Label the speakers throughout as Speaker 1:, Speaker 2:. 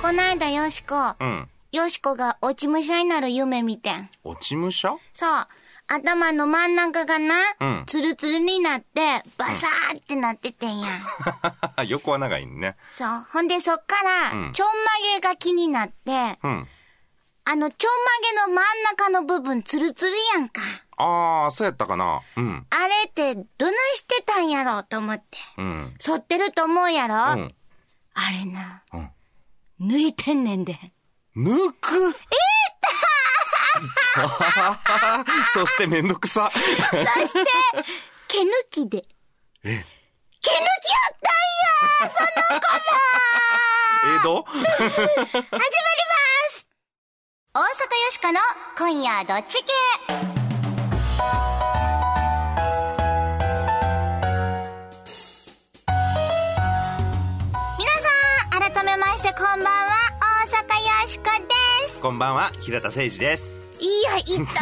Speaker 1: こないだよしこ、
Speaker 2: うん。
Speaker 1: よしこが落ち武者になる夢見てん。
Speaker 2: 落ち武者
Speaker 1: そう。頭の真ん中がな、
Speaker 2: うん
Speaker 1: ツルツルになって、バサーってなっててんや。
Speaker 2: 横は長いね。
Speaker 1: そう。ほんでそっから、
Speaker 2: うん
Speaker 1: ちょんまげが気になって、
Speaker 2: うん。
Speaker 1: あの、ちょんまげの真ん中の部分ツルツルやんか。
Speaker 2: あー、そうやったかな。うん。
Speaker 1: あれって、どないしてたんやろうと思って。
Speaker 2: うん。
Speaker 1: 剃ってると思うやろ、
Speaker 2: うん。
Speaker 1: あれな、
Speaker 2: うん。
Speaker 1: 抜いてんねんで。
Speaker 2: 抜くえー、た そしてめんどくさ。
Speaker 1: そして、 毛抜きで。毛抜きやった
Speaker 2: 江戸
Speaker 1: 始まります大阪よしかの今夜どっち系皆さん改めましてこんばんは大阪よしこです
Speaker 2: こんばんは、平田誠二です。
Speaker 1: いや痛い話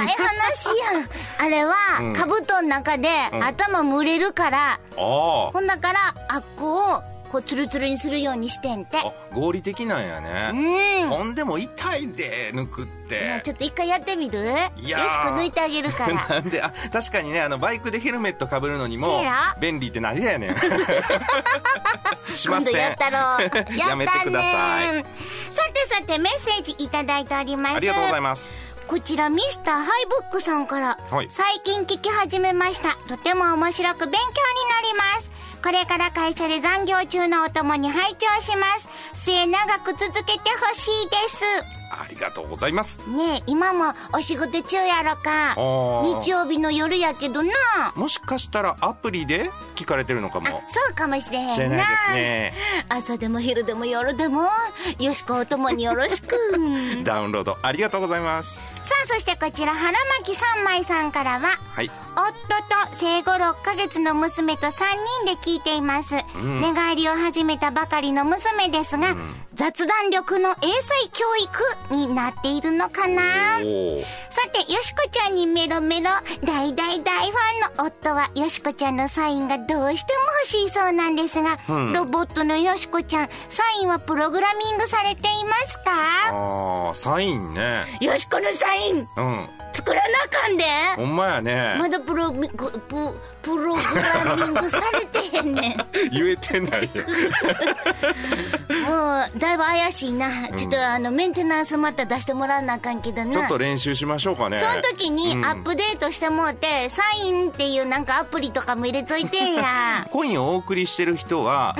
Speaker 1: やん あれは、
Speaker 2: うん
Speaker 1: カブトの中で、
Speaker 2: うん
Speaker 1: 頭蒸れるから
Speaker 2: あ
Speaker 1: ほんだからあっこをこうツルツルにするようにしてんて
Speaker 2: あ。あ、合理的なんや
Speaker 1: う
Speaker 2: ね。
Speaker 1: ん
Speaker 2: ほんでも痛いで、抜くっ
Speaker 1: まあ
Speaker 2: て
Speaker 1: ち。ょっと一回やってみるよし
Speaker 2: い
Speaker 1: こ
Speaker 2: やー
Speaker 1: 抜いてあげるから。
Speaker 2: なんで、あ、確かにね、あの、バイクでヘルメット被るのに
Speaker 1: そ
Speaker 2: も
Speaker 1: うや、ろ
Speaker 2: 便利ってなりだよ ね。 しま
Speaker 1: 今
Speaker 2: せ
Speaker 1: 度
Speaker 2: ん。
Speaker 1: やったろ う。や
Speaker 2: やめて
Speaker 1: った
Speaker 2: く
Speaker 1: ね
Speaker 2: ださい
Speaker 1: さてさてメッセージいただいております。
Speaker 2: ありがとうございます。
Speaker 1: こちらミスターハイブックさんから、
Speaker 2: はい
Speaker 1: 最近聞き始めましたとても面白く勉強になりますこれから会社で残業中のお供に拝聴します末長く続けてほしいです
Speaker 2: ありがとうございます。
Speaker 1: ねえ今もお仕事中やろか
Speaker 2: ー
Speaker 1: 日曜日の夜やけどな
Speaker 2: もしかしたらアプリで聞かれてるのか
Speaker 1: あ
Speaker 2: も
Speaker 1: そうかもしれへんな
Speaker 2: しれないですね。
Speaker 1: 朝でも昼でも夜でもよしこおともによろしく
Speaker 2: ダウンロードありがとうございます。
Speaker 1: さあそしてこちら腹巻三枚さんからは
Speaker 2: はい。
Speaker 1: 夫と生後6ヶ月の娘と3人で聞いています、
Speaker 2: ん
Speaker 1: 寝返りを始めたばかりの娘ですが、雑談力の英才教育になっているのかな
Speaker 2: おお。
Speaker 1: さて、よしこちゃんにメロメロ、大大大ファンの夫は、よしこちゃんのサインがどうしても欲しいそうなんですが、
Speaker 2: うん
Speaker 1: ロボットのよしこちゃん、サインはプログラミングされていますか
Speaker 2: ああ、サインね。
Speaker 1: よしこのサイン、
Speaker 2: うん。
Speaker 1: 作らなあかんで
Speaker 2: ほんまや
Speaker 1: ま
Speaker 2: ね。
Speaker 1: だプロミ、プ、ププログラミングされてへん ねん。も
Speaker 2: 言えてないよ。
Speaker 1: う、だいぶ怪しいな。ちょっと、あの、メンテナンスまた出してもらわなあかんけどな。
Speaker 2: ちょっと練習しましょうかね。
Speaker 1: その時に
Speaker 2: うん
Speaker 1: アップデートしてもうて、サインっていうなんかアプリとかも入れといて
Speaker 2: 。
Speaker 1: や
Speaker 2: コインをお送りしてる人は、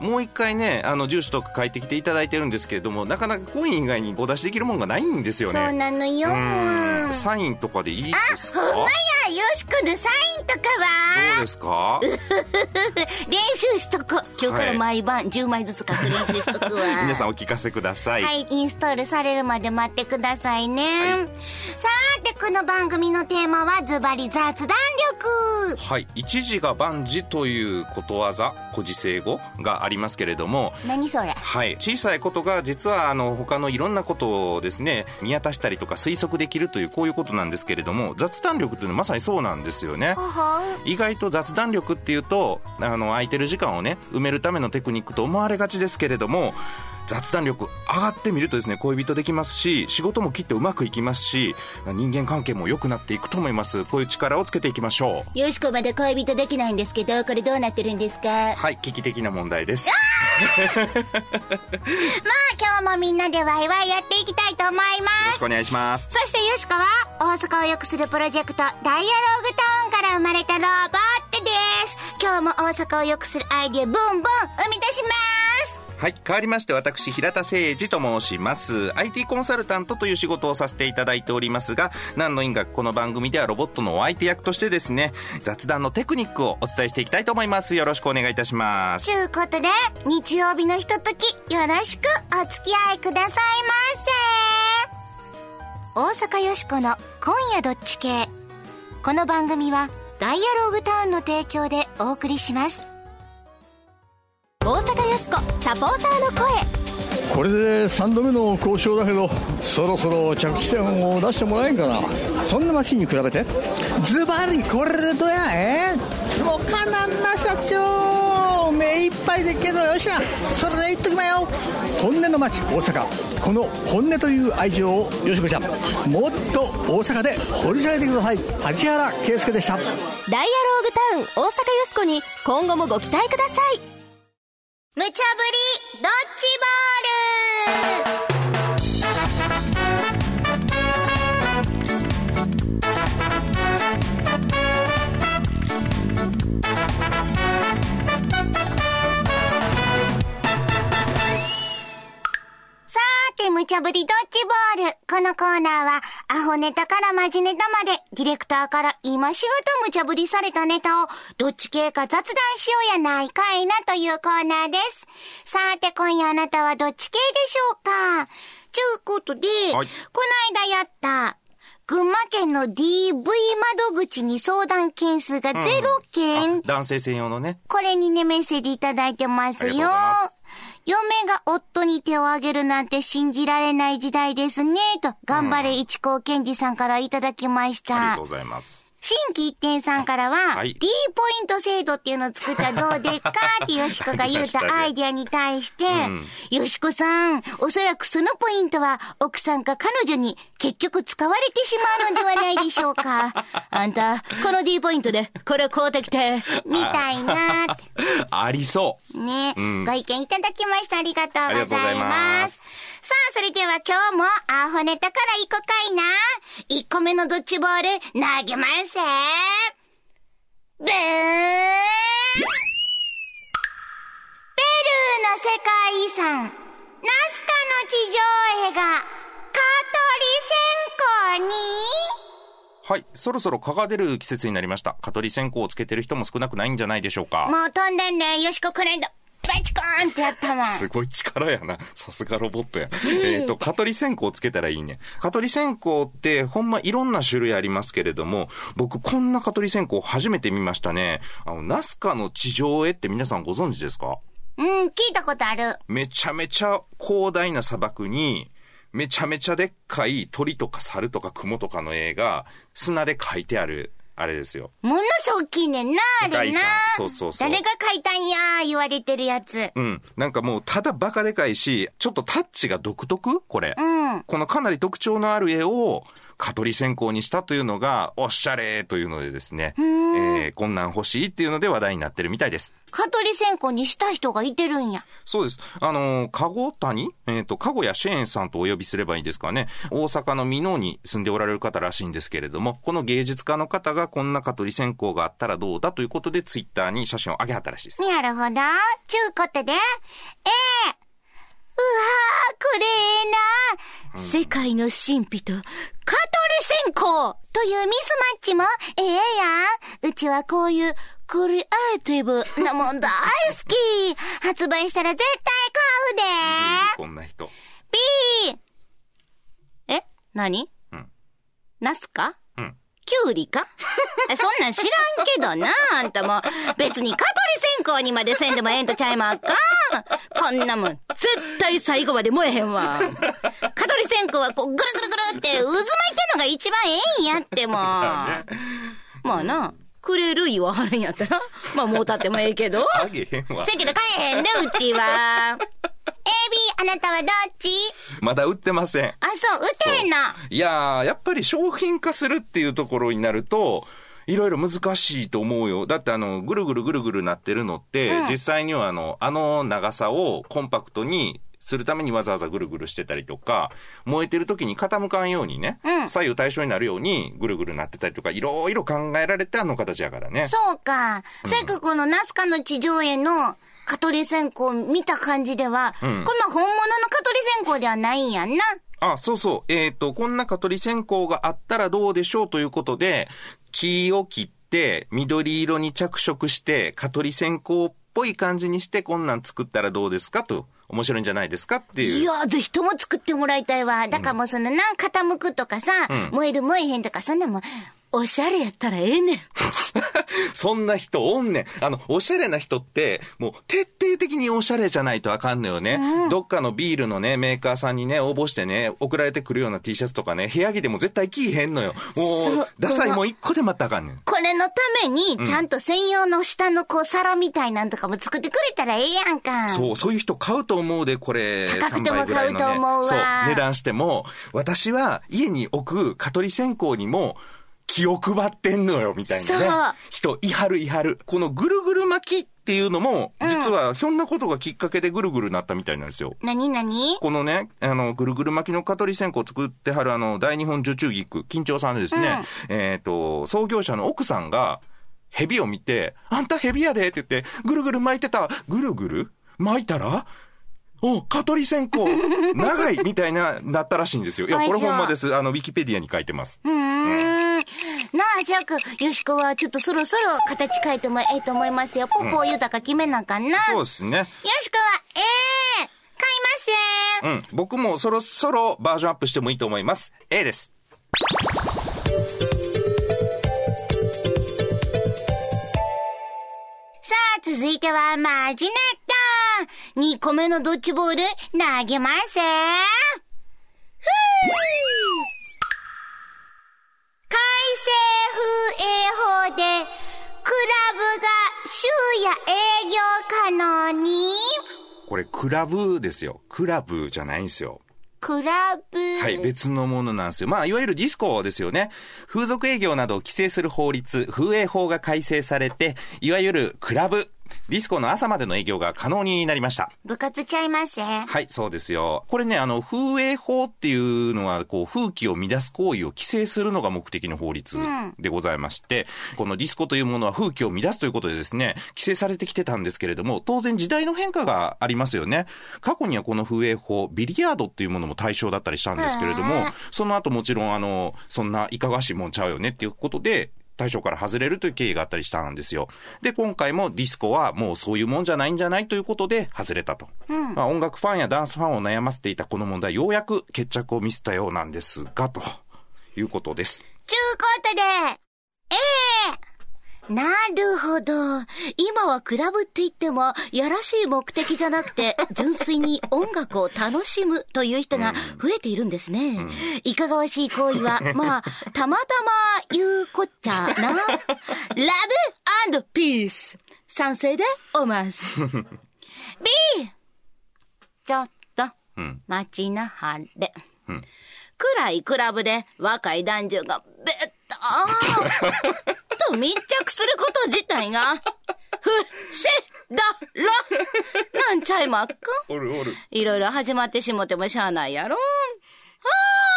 Speaker 1: う
Speaker 2: もう一回ね、あの、住所とか書いてきていただいてるんですけれども、なかなかコイン以外にお出しできるもんがないんですよ
Speaker 1: ん、そう
Speaker 2: ね。
Speaker 1: なのよ。
Speaker 2: うん
Speaker 1: ほ
Speaker 2: サインとかでいいですか
Speaker 1: んまや、よしこのサインとか
Speaker 2: どう
Speaker 1: は、
Speaker 2: ですか
Speaker 1: 練習しとこ。今日から毎晩10枚ずつ書く練習しとくわ
Speaker 2: 。皆さんお聞かせください。
Speaker 1: はい、インストールされるまで待ってくださいね。さーて、この番組のテーマはズバリ雑談力。
Speaker 2: はい、一時が万事ということわざ古事成語がありますけれども
Speaker 1: 何それ
Speaker 2: はい、小さいことが実はあの他のいろんなことをですね見渡したりとか推測できるというこういうことなんですけれども雑談力というのはまさにそうなんですよね
Speaker 1: ほ。ほう。
Speaker 2: 意外と雑談力っていうとあの空いてる時間をね埋めるためのテクニックと思われがちですけれども雑談力上がってみるとですね恋人できますし仕事も切ってうまくいきますし人間関係も良くなっていくと思いますこういう力をつけていきましょう。
Speaker 1: よしこまで恋人できないんですけど、これどうなってるんですか
Speaker 2: はい、危機的な問題です。
Speaker 1: まあ今日もみんなでワイワイやっていきたいと思い
Speaker 2: よろ
Speaker 1: ま
Speaker 2: し
Speaker 1: す
Speaker 2: くお願いします。
Speaker 1: そしてよしこは大阪を良くするプロジェクトダイアローグタウンから生まれたロボットです今日も大阪を良くするアイディアブンブン生み出します
Speaker 2: はい、変わりまして私、平田誠二と申します。IT コンサルタントという仕事をさせていただいておりますが、何の因果かこの番組ではロボットのお相手役としてですね、雑談のテクニックをお伝えしていきたいと思います。よろしくお願いいたします。
Speaker 1: ちゅうことで日曜日のひとときよろしくお付き合いくださいませ大阪よしこの「今夜どっち系」この番組はダイアローグタウンの提供でお送りします
Speaker 3: 大阪よしこサポーターの声
Speaker 4: これで3度目の交渉だけどそろそろ着地点を出してもらえんかなそんなマシンに比べて
Speaker 5: ズバリこれでどやえーおかなんな社長
Speaker 4: 目いっぱいでっけどよっしゃそれで言っときまよ本音の街大阪この本音という愛情をよしこちゃんもっと大阪で掘り下げてください八原圭介でした
Speaker 3: ダイアローグタウン大阪よしこに今後もご期待ください
Speaker 1: 無茶ぶりドッジボールさーて、無茶ぶりドッジボール。このコーナーは、アホネタからマジネタまで、ディレクターから今しがた無茶ぶりされたネタを、どっち系か雑談しようやないかいなというコーナーです。さーて、今夜あなたはどっち系でしょうかちゅうことで、
Speaker 2: はい
Speaker 1: こないだやった、群馬県の DV 窓口に相談件数がゼロ件、
Speaker 2: あ男性専用のね。
Speaker 1: これにね、メッセージいただいてます
Speaker 2: あり
Speaker 1: よ
Speaker 2: がとうございま。
Speaker 1: 嫁が夫に手を挙げるなんて信じられない時代ですね、と、頑張れ一高健二さんからいただきまし
Speaker 2: ありが
Speaker 1: た
Speaker 2: とう。ございます。
Speaker 1: 新規一点さんからは、
Speaker 2: はい
Speaker 1: D ポイント制度っていうのを作ったらどうでっかってよしこが言うたアイディアに対して、よしこさん、おそらくそのポイントは奥さんか彼女に結局使われてしまうのではないでしょうか。あんた、この D ポイントで、これ買うてき て、みたいなって。
Speaker 2: ありそう。
Speaker 1: ね、
Speaker 2: ん
Speaker 1: ご意見いただきました。ありがとう
Speaker 2: ありがと
Speaker 1: ご
Speaker 2: う
Speaker 1: ざ
Speaker 2: ござ
Speaker 1: い
Speaker 2: い
Speaker 1: ま
Speaker 2: ますす。
Speaker 1: さあ、それでは今日もアホネタからいこかいな。1個目のドッジボール投げまんせ。ブーンペルーの世界遺産、ナスカの地上絵が、蚊取り線香に、
Speaker 2: はい。そろそろ蚊が出る季節になりました。蚊取り線香をつけてる人も少なくないんじゃないでしょうか。
Speaker 1: もう飛んでんね。よしこくれんだ。バチコーンってやったもん。
Speaker 2: すごい力やな。さすがロボットや。えっと、蚊取り線香をつけたらいいね。蚊取り線香って、ほんまいろんな種類ありますけれども、僕こんな蚊取り線香初めて見ましたね。あの、ナスカの地上絵って皆さんご存知ですか
Speaker 1: うん、聞いたことある。
Speaker 2: めちゃめちゃ広大な砂漠に、めちゃめちゃでっかい鳥とか猿とか雲とかの絵が砂で描いてある、あれですよ。
Speaker 1: ものすごく大きいねんな、あ
Speaker 2: 世界
Speaker 1: れ
Speaker 2: 遺
Speaker 1: な
Speaker 2: 産。そうそうそう
Speaker 1: 誰が書いたんや、言われてるやつ。
Speaker 2: うん。なんかもう、ただバカでかいし、ちょっとタッチが独特これ。
Speaker 1: うん
Speaker 2: このかなり特徴のある絵を、蚊取り線香にしたというのが、おしゃれというのでですね。えー、こんなん欲しいっていうので話題になってるみたいです。
Speaker 1: 蚊取り線香にした人がいてるんや。
Speaker 2: そうです。あのー、かご谷えっ、と、かごやシェーンさんとお呼びすればいいですかね。大阪の美濃に住んでおられる方らしいんですけれども、この芸術家の方がこんな蚊取り線香があったらどうだということで、ツイッターに写真を上げはったらしいです。
Speaker 1: なるほど。ちゅうことで、ええうわー、これええな、世界の神秘と、蚊取り線香というミスマッチもええやん。うちはこういうクリエイティブなもん大好き。発売したら絶対買うで。
Speaker 2: こんな人。
Speaker 1: ピーえ何
Speaker 2: うん
Speaker 1: ナスか
Speaker 2: うん。
Speaker 1: キュウリかえそんなん知らんけどな、あんたも。別に蚊取り線香にまでせんでもええんとちゃいまっかこんなもん、絶対最後まで燃えへんわ。蚊取り線香はこう、ぐるぐるぐるって渦巻いてんのが一番ええんやっても。 まあな、くれる言わはるんやったら、まあもう立ってもええけど。
Speaker 2: あげへんわ
Speaker 1: せ。やけど買えへんで、うちは。AB、あなたはどっち
Speaker 2: まだ売ってません。
Speaker 1: あ、そう、打てへんな。
Speaker 2: いやー、やっぱり商品化するっていうところになると、いろいろ難しいと思うよ。だってあの、ぐるぐるぐるぐるなってるのって、実際にはあの、あの長さをコンパクトにするためにわざわざぐるぐるしてたりとか、燃えてる時に傾かんようにね、
Speaker 1: うん
Speaker 2: 左右対称になるようにぐるぐるなってたりとか、いろいろ考えられてあの形やからね。
Speaker 1: そうか。せっかくこのナスカの地上絵の蚊取り線香見た感じでは、
Speaker 2: ん
Speaker 1: これまあ本物の蚊取り線香ではないんやんな。
Speaker 2: あ、そうそう。えっ、と、こんな蚊取り線香があったらどうでしょうということで、木を切って、緑色に着色して、蚊取り線香っぽい感じにして、こんなん作ったらどうですかと、面白いんじゃないですかって
Speaker 1: い
Speaker 2: いう。
Speaker 1: やー、ぜひとも作ってもらいたいわ。だからもうそのな、傾くとかさ、燃える燃えへんとか、そんなもん、おしゃれやったらええねん。
Speaker 2: そんな人おんねん。あの、おしゃれな人って、もう徹底的におしゃれじゃないとあかんのよね。どっかのビールのね、メーカーさんにね、応募してね、送られてくるような T シャツとかね、部屋着でも絶対着いへんのよ。も
Speaker 1: そうう、
Speaker 2: ダサいもん一個でまたあかんねん。
Speaker 1: これのために、ちゃんと専用の下のこう皿みたいなんとかも作ってくれたらええやんか。
Speaker 2: そう、そういう人買うと思うで、これ。
Speaker 1: 高くても
Speaker 2: 3倍ぐらいのね
Speaker 1: 買うと思うわ
Speaker 2: そう、値段しても、私は家に置く蚊取り線香にも、気を配ってんのよ、みたいなね
Speaker 1: そう。
Speaker 2: 人、いはるいはる。このぐるぐる巻きっていうのも、実はひょんなことがきっかけでぐるぐるなったみたいなんですよ。
Speaker 1: なになに
Speaker 2: このね、あの、ぐるぐる巻きの蚊取り線香を作ってはる、あの、大日本受注菊、緊張さんでですね、えっ、と、創業者の奥さんが、蛇を見て、あんた蛇やでって言って、ぐるぐる巻いてた、ぐるぐる巻いたらお、蚊取り 線香、長いみたいな、なったらしいんですよ。いや、これほんまです。あの、ウィキペディアに書いてます。
Speaker 1: うーん。なあ、ジャック、よしこはちょっとそろそろ形変えてもええと思いますよ。ポポ豊か決めなあかんな。
Speaker 2: そう
Speaker 1: よ
Speaker 2: で
Speaker 1: し
Speaker 2: すね。
Speaker 1: こは、ええ買いません。
Speaker 2: うん。僕もそろそろバージョンアップしてもいいと思います。A です。
Speaker 1: さあ、続いては、マジネット。2個目のドッジボール、投げます。ふぅ改正風営法で、クラブが週や営業可能に、
Speaker 2: これ、クラブですよ。クラブじゃないんですよ。
Speaker 1: クラブ。
Speaker 2: はい、別のものなんですよ。まあ、いわゆるディスコですよね。風俗営業などを規制する法律、風営法が改正されて、いわゆるクラブ、ディスコの朝までの営業が可能になりました。
Speaker 1: 部活ちゃいません。
Speaker 2: はい、そうですよ。これね、あの、風営法っていうのは、こう、風紀を乱す行為を規制するのが目的の法律でございまして、このディスコというものは風紀を乱すということでですね、規制されてきてたんですけれども、当然時代の変化がありますよね。過去にはこの風営法、ビリヤードっていうものも対象だったりしたんですけれども、その後もちろん、あの、そんないかがわしいもんちゃうよねっていうことで、対象から外れるという経緯があったりしたんですよ。で、今回もディスコはもうそういうもんじゃないんじゃないということで外れたと。まあ音楽ファンやダンスファンを悩ませていたこの問題、ようやく決着を見せたようなんですが、ということです。
Speaker 1: ちゅうことで、ええなるほど。今はクラブって言っても、やらしい目的じゃなく て、純粋に音楽を楽しむという人が増えているんですね。いかがわしい行為 は、まあ、たまたま言うこっちゃな。ラブピース。賛成でおます。B! ちょっと
Speaker 2: うん、
Speaker 1: 待ちなはれ。
Speaker 2: うん
Speaker 1: 暗いクラブで若い男女がべ ったーっと密着すること自体が、不死だら、なんちゃいまっか。
Speaker 2: おるおる。
Speaker 1: いろいろ始まってしもてもしゃあないやろ。ああ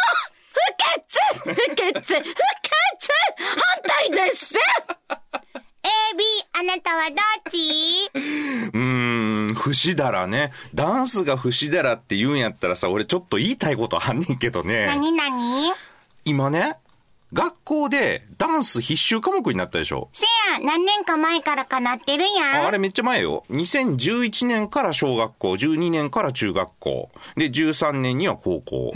Speaker 1: 不潔不潔不潔反対です !AB、あなたはどっち
Speaker 2: うーん、不死だらね。ダンスが不死だらって言うんやったらさ、俺ちょっと言いたいことあんねんけどね。
Speaker 1: 何何
Speaker 2: 今ね、学校でダンス必修科目になったでしょ。
Speaker 1: せや、何年か前からかなってるやん。
Speaker 2: ああれめっちゃ前よ。2011年から小学校、12年から中学校、で、13年には高校。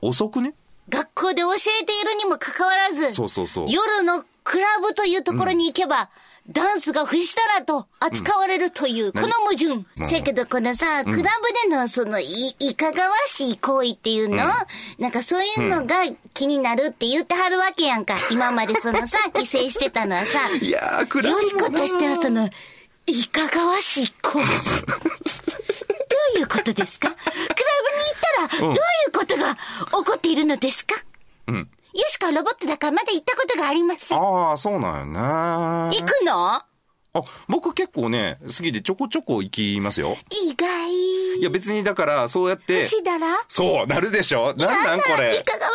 Speaker 2: 遅くね
Speaker 1: 学校で教えているにもかかわらず、
Speaker 2: そうそうそう
Speaker 1: 夜のクラブというところに行けば、ダンスが不死だらと扱われるという、この矛盾。せやけど、このさ、クラブでの、その、い、いかがわしい行為っていうの、なんかそういうのが気になるって言ってはるわけやんか。今までその さ、規制してたのはさ、
Speaker 2: いやー、クラブ
Speaker 1: よ
Speaker 2: も
Speaker 1: しこ
Speaker 2: な
Speaker 1: としてはその、いかがわしいコース。 どういうことですかクラブに行ったら、どういうことが起こっているのですか
Speaker 2: うん。
Speaker 1: よしこはロボットだからまだ行ったことがありません。行
Speaker 2: ああ、そうなんよね。
Speaker 1: くの
Speaker 2: あ、僕結構ね、好きでちょこちょこ行きますよ。
Speaker 1: 意外。
Speaker 2: いや、別にだから、そうやって、
Speaker 1: しだら
Speaker 2: そう、なるでしょなんなんこ
Speaker 1: あら
Speaker 2: れ
Speaker 1: い。かがわ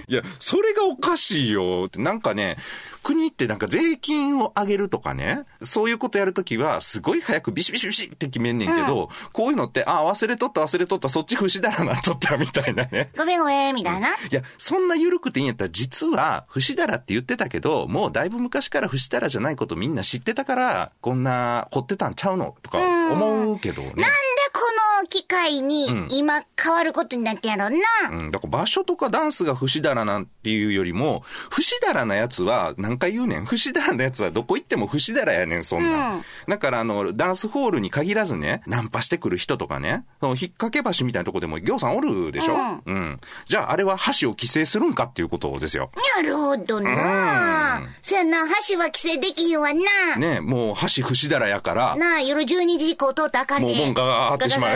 Speaker 1: しい
Speaker 2: いや、それがおかしいよって、なんかね、国ってなんか税金を上げるとかね、そういうことやるときは、すごい早くビシビシビシって決めんねんけど、こういうのって、あ、忘れとった忘れとった、そっち不死だらなっとったみたいな ね。
Speaker 1: ごめんごめん、みたいな。
Speaker 2: いや、そんな緩くていいんやったら、実は、不死だらって言ってたけど、もうだいぶ昔から不死だらじゃないことみんな知ってたから、こんな、掘ってたんちゃうのとか思うけどね。
Speaker 1: なんでこの機会に
Speaker 2: ん、
Speaker 1: 今変わることになってやろんな。
Speaker 2: うん、だから場所とかダンスが不死だらなんていうよりも、不死だらなやつは何回言うねん。不死だらなやつはどこ行っても不死だらやねん、そんなん。
Speaker 1: うん
Speaker 2: だからあの、ダンスホールに限らずね、ナンパしてくる人とかね、その引っ掛け橋みたいなとこでも行さんおるでしょ、うん、じゃああれは橋を規制するんかっていうことですよ。
Speaker 1: なるほどな。そやな、箸は規制できひんわな。
Speaker 2: ねえもう橋不死だらやから、
Speaker 1: なあ、夜12時以降通ったらあかんね
Speaker 2: もう門が上がってしまう。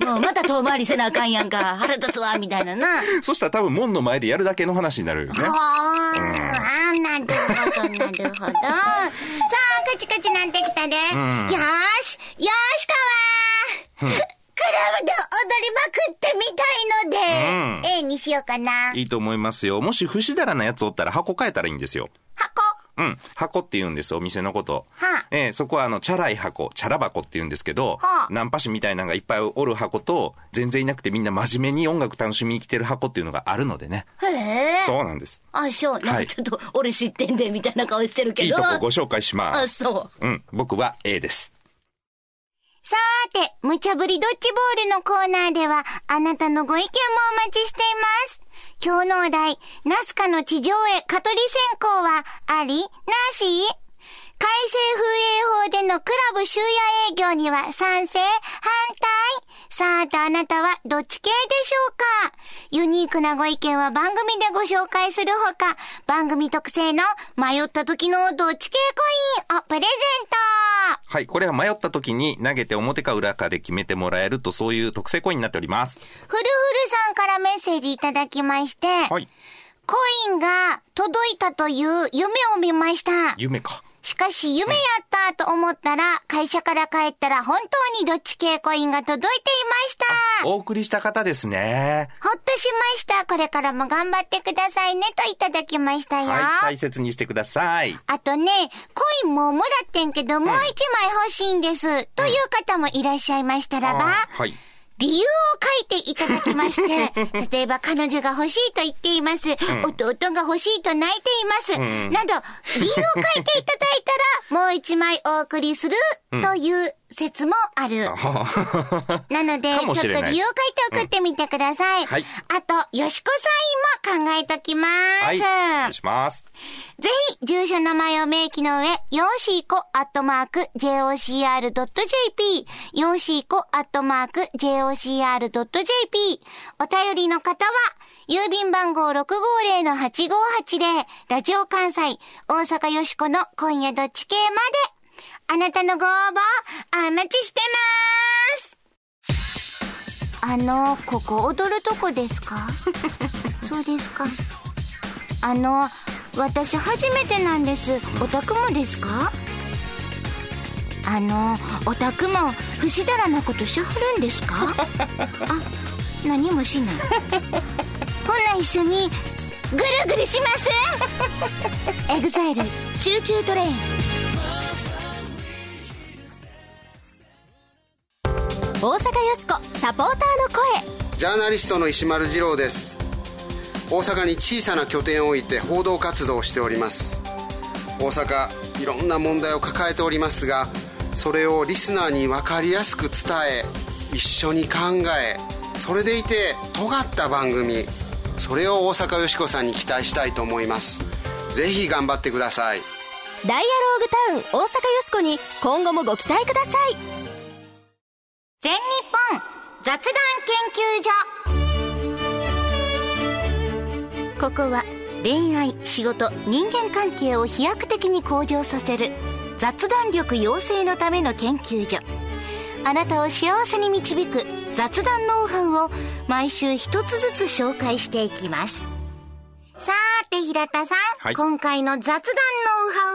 Speaker 1: う。もうまた遠回りせなあかんやんか。腹立つわ、みたいなな。
Speaker 2: そしたら多分門の前でやるだけの話になるよね。
Speaker 1: ほー、あーなるほど、なるほど。さあ、カチカチなってきたで。よーし、よーしかわー。クラブで踊りまくってみたいので、A にしようかな。
Speaker 2: いいと思いますよ。もし不死だらなやつおったら箱変えたらいいんですよ。
Speaker 1: 箱。
Speaker 2: うん。箱って言うんです、お店のこと。
Speaker 1: はあ
Speaker 2: ええそこはあの、チャラい箱、チャラ箱って言うんですけど、
Speaker 1: はあ
Speaker 2: ナンパ師みたいなのがいっぱいおる箱と、全然いなくてみんな真面目に音楽楽しみに来てる箱っていうのがあるのでね。
Speaker 1: へえ。
Speaker 2: そうなんです。
Speaker 1: あ、そう。なん
Speaker 2: は
Speaker 1: か
Speaker 2: い
Speaker 1: ちょっと、俺知ってんで、みたいな顔してるけど。
Speaker 2: いいとこご紹介しま
Speaker 1: あ、
Speaker 2: す。
Speaker 1: そう。
Speaker 2: うん。僕は A です。
Speaker 1: さーて、無茶ぶりドッジボールのコーナーでは、あなたのご意見もお待ちしています。今日のお題、ナスカの地上絵蚊取り線香は、ありなし改正風営法でのクラブ終夜営業には賛成反対さあてあなたはどっち系でしょうかユニークなご意見は番組でご紹介するほか、番組特製の迷った時のどっち系コインをプレゼント
Speaker 2: はい。これは迷った時に投げて表か裏かで決めてもらえると、そういう特製コインになっております。
Speaker 1: ふるふるさんからメッセージいただきまして、
Speaker 2: はい。
Speaker 1: コインが届いたという夢を見ました。
Speaker 2: 夢か。
Speaker 1: しかし夢やったと思ったら、会社から帰ったら本当にどっち系コインが届いていました。
Speaker 2: お送りした方ですね。
Speaker 1: ほっとしました。これからも頑張ってくださいねといただきましたよ。
Speaker 2: はい。大切にしてください。
Speaker 1: あとね、コインももらってんけど、もう一枚欲しいんです。という方もいらっしゃいましたらば、
Speaker 2: あーはい。
Speaker 1: 理由を書いていただきま して、例えば彼女が欲しいと言っています、弟が欲しいと泣いています、など、理由を書いていただいたら、もう一枚お送りするという説もある。なので、
Speaker 2: か
Speaker 1: ちょ
Speaker 2: も
Speaker 1: っと
Speaker 2: し
Speaker 1: 理由を
Speaker 2: れな
Speaker 1: 書
Speaker 2: い
Speaker 1: いて送ってみてください。
Speaker 2: はい
Speaker 1: あと、よしこさんも考えときます。
Speaker 2: はい。失礼します。
Speaker 1: ぜひ、住所名前を明記の上、よーしーこ、アットマーク、jocr.jp、よーしーこ、アットマーク、jocr.jp。お便りの方は、郵便番号650-8580、ラジオ関西、大阪よしこの今夜どっち系まで、あなたのご応募、お待ちしてますあの、ここ踊るとこですか そうですか。あの私初めてなんですオタクもですかあのオタクも不死だらなことしはるんですかあ何もしないほな一緒にぐるぐるしますエグザイルチューチュートレイン
Speaker 3: 大阪よしこサポーターの声
Speaker 5: ジャーナリストの石丸次郎です大阪に小さな拠点を置いて報道活動をしております大阪いろんな問題を抱えておりますがそれをリスナーに分かりやすく伝え一緒に考えそれでいて尖った番組それを大阪よしこさんに期待したいと思いますぜひ頑張ってください
Speaker 3: ダイアローグタウン大阪よしこに今後もご期待ください
Speaker 1: 全日本雑談研究所ここは恋愛仕事人間関係を飛躍的に向上させる雑談力養成のための研究所あなたを幸せに導く雑談ノウハウを毎週一つずつ紹介していきますさーて平田さん、
Speaker 2: はい
Speaker 1: 今回の雑談ノウ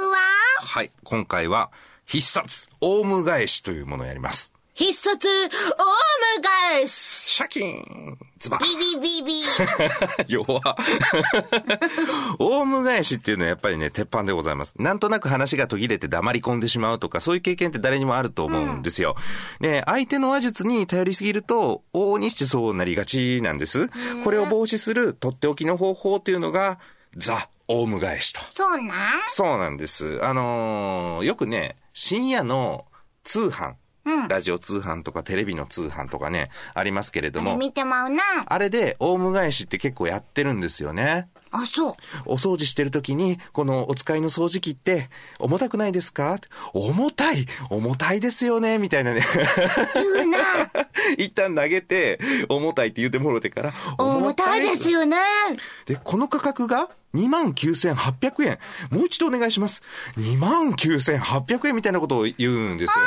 Speaker 1: ハウは
Speaker 2: はい。今回は、必殺、オウム返しというものをやります。
Speaker 1: 必殺オウム返し
Speaker 2: シャキーンズバ
Speaker 1: ビビビビ
Speaker 2: ッ 弱オウム返しっていうのはやっぱりね、鉄板でございます。なんとなく話が途切れて黙り込んでしまうとか、そういう経験って誰にもあると思うんですよ。で、相手の話術に頼りすぎると、往々にしてそうなりがちなんです。これを防止する、とっておきの方法っていうのが、ザ・オウム返しと。
Speaker 1: そうなん
Speaker 2: そうなんです。あのーよくね、深夜の通販ラジオ通販とかテレビの通販とかね、ありますけれども、
Speaker 1: 見てまうな。
Speaker 2: あれで、オウム返しって結構やってるんですよね。
Speaker 1: あ、そう。
Speaker 2: お掃除してる時に、このお使いの掃除機って、重たくないですか重たい重たいですよねみたいなね。
Speaker 1: 言うな。
Speaker 2: 一旦投げて、重たいって言ってもろてから。
Speaker 1: 重たいですよね。
Speaker 2: で、この価格が29,800円。もう一度お願いします。29,800円みたいなことを言うんです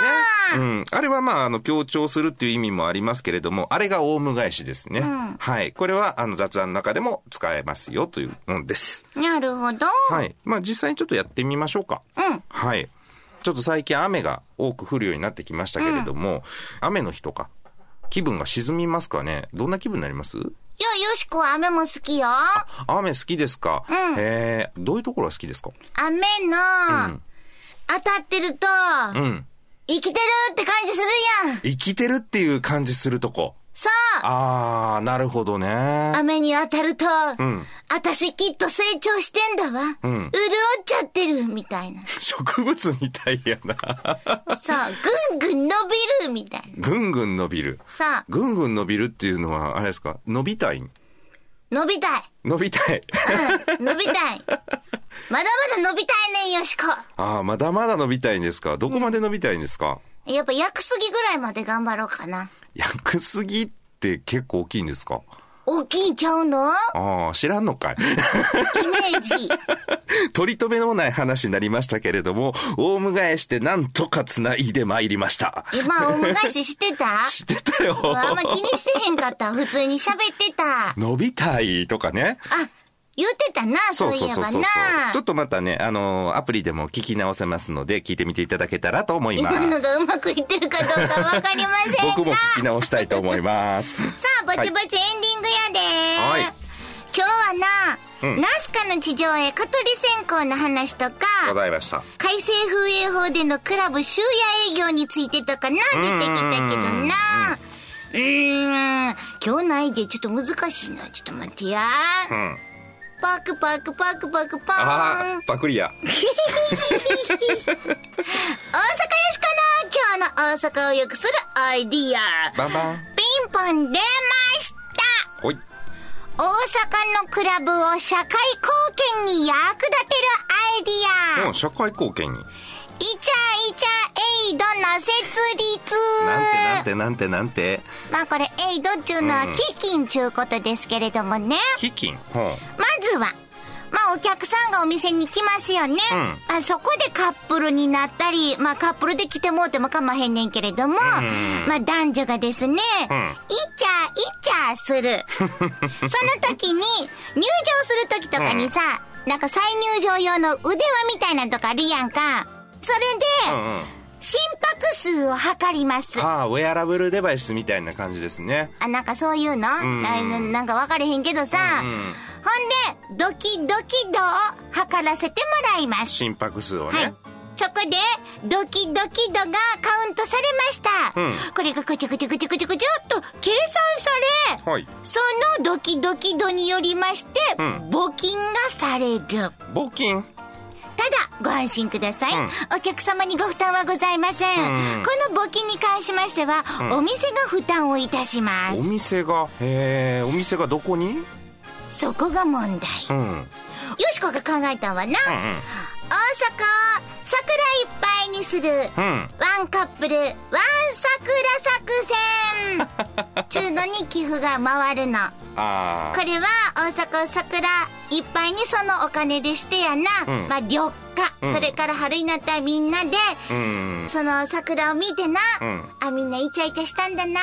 Speaker 2: よね。うん。あれはまあ、あの、強調するっていう意味もありますけれども、あれがオウム返しですね。はい。これは、あの、雑談の中でも使えますよというものです。
Speaker 1: なるほど。
Speaker 2: はい。まあ、実際にちょっとやってみましょうか。
Speaker 1: うん。
Speaker 2: はい。ちょっと最近雨が多く降るようになってきましたけれども、雨の日とか、気分が沈みますかねどんな気分になります
Speaker 1: いや、よしこは雨も好きよ。
Speaker 2: 雨好きですか、
Speaker 1: うん
Speaker 2: えー、どういうところが好きですか
Speaker 1: 雨の、当たってると、
Speaker 2: うん。
Speaker 1: 生きてるって感じするやん。
Speaker 2: 生きてるっていう感じするとこ。
Speaker 1: そう。
Speaker 2: あー、なるほどね。
Speaker 1: 雨に当たると、
Speaker 2: ん
Speaker 1: 私きっと成長してんだわ。
Speaker 2: ん
Speaker 1: 潤っちゃってる、みたい な。
Speaker 2: 植物みたいやな。
Speaker 1: そう、ぐんぐん伸びる、みたいな。
Speaker 2: ぐんぐん伸びる。
Speaker 1: さあ、
Speaker 2: ぐんぐん伸びるっていうのは、あれですか伸びたい
Speaker 1: 伸びたい。
Speaker 2: 伸び たい。
Speaker 1: うん、伸びた い。まだまだ伸びたいねん、よしこ。
Speaker 2: あー、まだまだ伸びたいんですかどこまで伸びたいんですか、
Speaker 1: やっぱ薬すぎぐらいまで頑張ろうかな。
Speaker 2: 薬すぎって結構大きいんですか
Speaker 1: 大きいんちゃうの
Speaker 2: ああ、知らんのかい。
Speaker 1: イ メージ。
Speaker 2: 取り留めのない話になりましたけれども、オウム返してなんとか繋いで参りました。
Speaker 1: 今、お迎えししてた
Speaker 2: 知ってたよ。
Speaker 1: あんま気にしてへんかった。普通に喋ってた。あ、
Speaker 2: 伸びたいとかね。
Speaker 1: 言ってたな、そういえばな。
Speaker 2: ちょっとまたね、あのーアプリでも聞き直せますので、聞いてみていただけたらと思いま
Speaker 1: 今の
Speaker 2: す。
Speaker 1: がうまくいってるかどうかわかりませんが。
Speaker 2: 僕も聞き直したいと思い ます。
Speaker 1: さあ、ぼちぼちエンディングやで
Speaker 2: はい
Speaker 1: 今日はな、
Speaker 2: うん
Speaker 1: ナスカの地上絵蚊取り線香の話とか、
Speaker 2: ございました。
Speaker 1: 改正風営法でのクラブ終夜営業についてとかな、出てきたけどな。うーん、今日のアイデアちょっと難しいな。ちょっと待ってや。
Speaker 2: うん。
Speaker 1: パクパクパクパクパーン
Speaker 2: あ。あ、パクリや。
Speaker 1: 大阪よしこの今日の大阪を良くするアイディア。
Speaker 2: バンバン。
Speaker 1: ピンポン出ました
Speaker 2: ほい。
Speaker 1: 大阪のクラブを社会貢献に役立てるアイディア、
Speaker 2: うん、社会貢献に。なん
Speaker 1: イチャイチャエイドの設立
Speaker 2: てなんてなんてなんて。
Speaker 1: まあこれエイドっちゅうのは基金ちゅうことですけれどもね、
Speaker 2: 基金。ほう。
Speaker 1: まずはまあお客さんがお店に来ますよね、
Speaker 2: うん
Speaker 1: まあ、そこでカップルになったり、まあ、カップルで来てもうてもかまへんねんけれども、まあ、男女がですね、
Speaker 2: ん
Speaker 1: イチャイチャす るその時に入場する時とかにさ、なんか再入場用の腕輪みたいなのとかあるやんかそれ
Speaker 2: うんう
Speaker 1: で
Speaker 2: ん。
Speaker 1: 心拍数を測ります、
Speaker 2: ああ、ウェアラブルデバイスみたいな感じですね。
Speaker 1: あ、なんかそういうの、
Speaker 2: ん
Speaker 1: なななんか分かれへんけどさ、
Speaker 2: うんうん
Speaker 1: ほんで、ドキドキ度を測らせてもらいます。
Speaker 2: 心拍数をね。
Speaker 1: はい。そこで、ドキドキ度がカウントされました。
Speaker 2: うん
Speaker 1: これがぐちゃぐちゃぐちゃぐちゃぐちゃっと計算され、
Speaker 2: はい。
Speaker 1: そのドキドキ度によりまして、
Speaker 2: うん
Speaker 1: 募金がされる。ただ、
Speaker 2: 募金。
Speaker 1: ご安心ください、
Speaker 2: うん
Speaker 1: お客様にご負担はございません。
Speaker 2: うん
Speaker 1: この募金に関しましては、お店が負担をいたしま
Speaker 2: お
Speaker 1: す。
Speaker 2: 店が、へえ、お店がどこに
Speaker 1: そこが問題。
Speaker 2: うん。うんうん。
Speaker 1: よしこが考えたんはな、大阪を桜いっぱいにする、
Speaker 2: うん。
Speaker 1: ワンカップル、ワン桜作戦 ちゅうのに寄付が回るの。
Speaker 2: あ
Speaker 1: これは大阪を桜いっぱいにそのお金でしてやな、
Speaker 2: うん
Speaker 1: まあ緑化、
Speaker 2: うん
Speaker 1: それから春になったらみんなで、
Speaker 2: あ。うん。
Speaker 1: その桜を見てな、
Speaker 2: うん
Speaker 1: あ、みんなイチャイチャしたんだ な、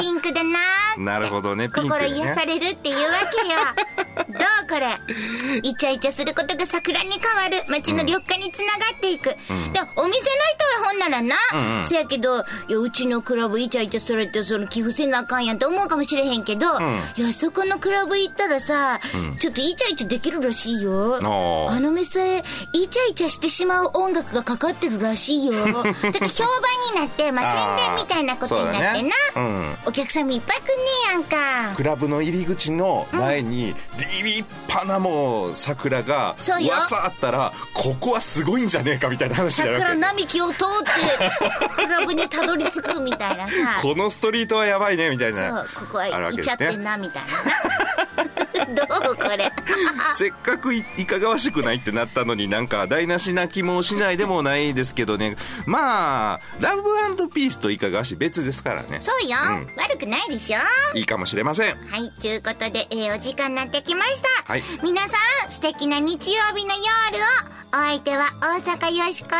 Speaker 1: ピンクだな、
Speaker 2: なるほどね、ピンク
Speaker 1: 心
Speaker 2: でね
Speaker 1: 癒。されるっていうわ けよどうこれイチャイチャすることが桜に変わる街の緑化につながっていく、でお店の人はほんならな、
Speaker 2: うんうん
Speaker 1: せやけどいやうちのクラブイチャイチャされてその寄付せなあかんやんって思うかもしれへんけど、いやそこのクラブ行ったらさ、ちょっとイチャイチャできるらしいよ
Speaker 2: ー
Speaker 1: あの店イチャイチャしてしまう音楽がかかってるらし いよだから評判になって、まあ、
Speaker 2: あー
Speaker 1: 宣伝みたいなことになってな、
Speaker 2: そうだねうん
Speaker 1: お客さんもいっぱい来んねやんか
Speaker 2: クラブの入り口の前に立派なもう桜が
Speaker 1: そうよ
Speaker 2: わさあったらここはすごいんじゃねえかみたいな話になるわ
Speaker 1: 桜
Speaker 2: け
Speaker 1: 並木を通って、クラブにたどり着くみたいなさ。
Speaker 2: このストリートはやばいねみたい
Speaker 1: そう
Speaker 2: な、
Speaker 1: ここは
Speaker 2: ある
Speaker 1: 行
Speaker 2: わけ
Speaker 1: っ
Speaker 2: で
Speaker 1: ちゃ
Speaker 2: す
Speaker 1: ってん
Speaker 2: ね
Speaker 1: な、みたいな な。どうこれ。
Speaker 2: せっかくいいかがわしくないってなったのになんか台無しな気もしないでもないですけどねまあラブピースといかがわし別ですからね
Speaker 1: そうよ、
Speaker 2: うん
Speaker 1: 悪くないでしょ
Speaker 2: いいかもしれません
Speaker 1: はい、ということで、えーお時間になってきました。
Speaker 2: はい
Speaker 1: 皆さん、素敵な日曜日の夜を、お相手は大阪よしこと、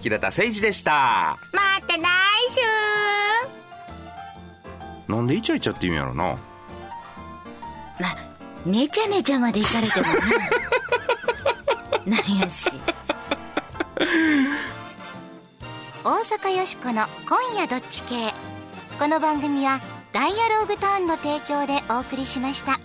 Speaker 2: 平田誠二でした
Speaker 1: また来週
Speaker 2: なんでイチャイチャって言うんやろな
Speaker 1: まあ、ねちゃねちゃまでいかれてもな。なんやし。大阪よしこの今夜どっち系。この番組はダイアローグターンの提供でお送りしました。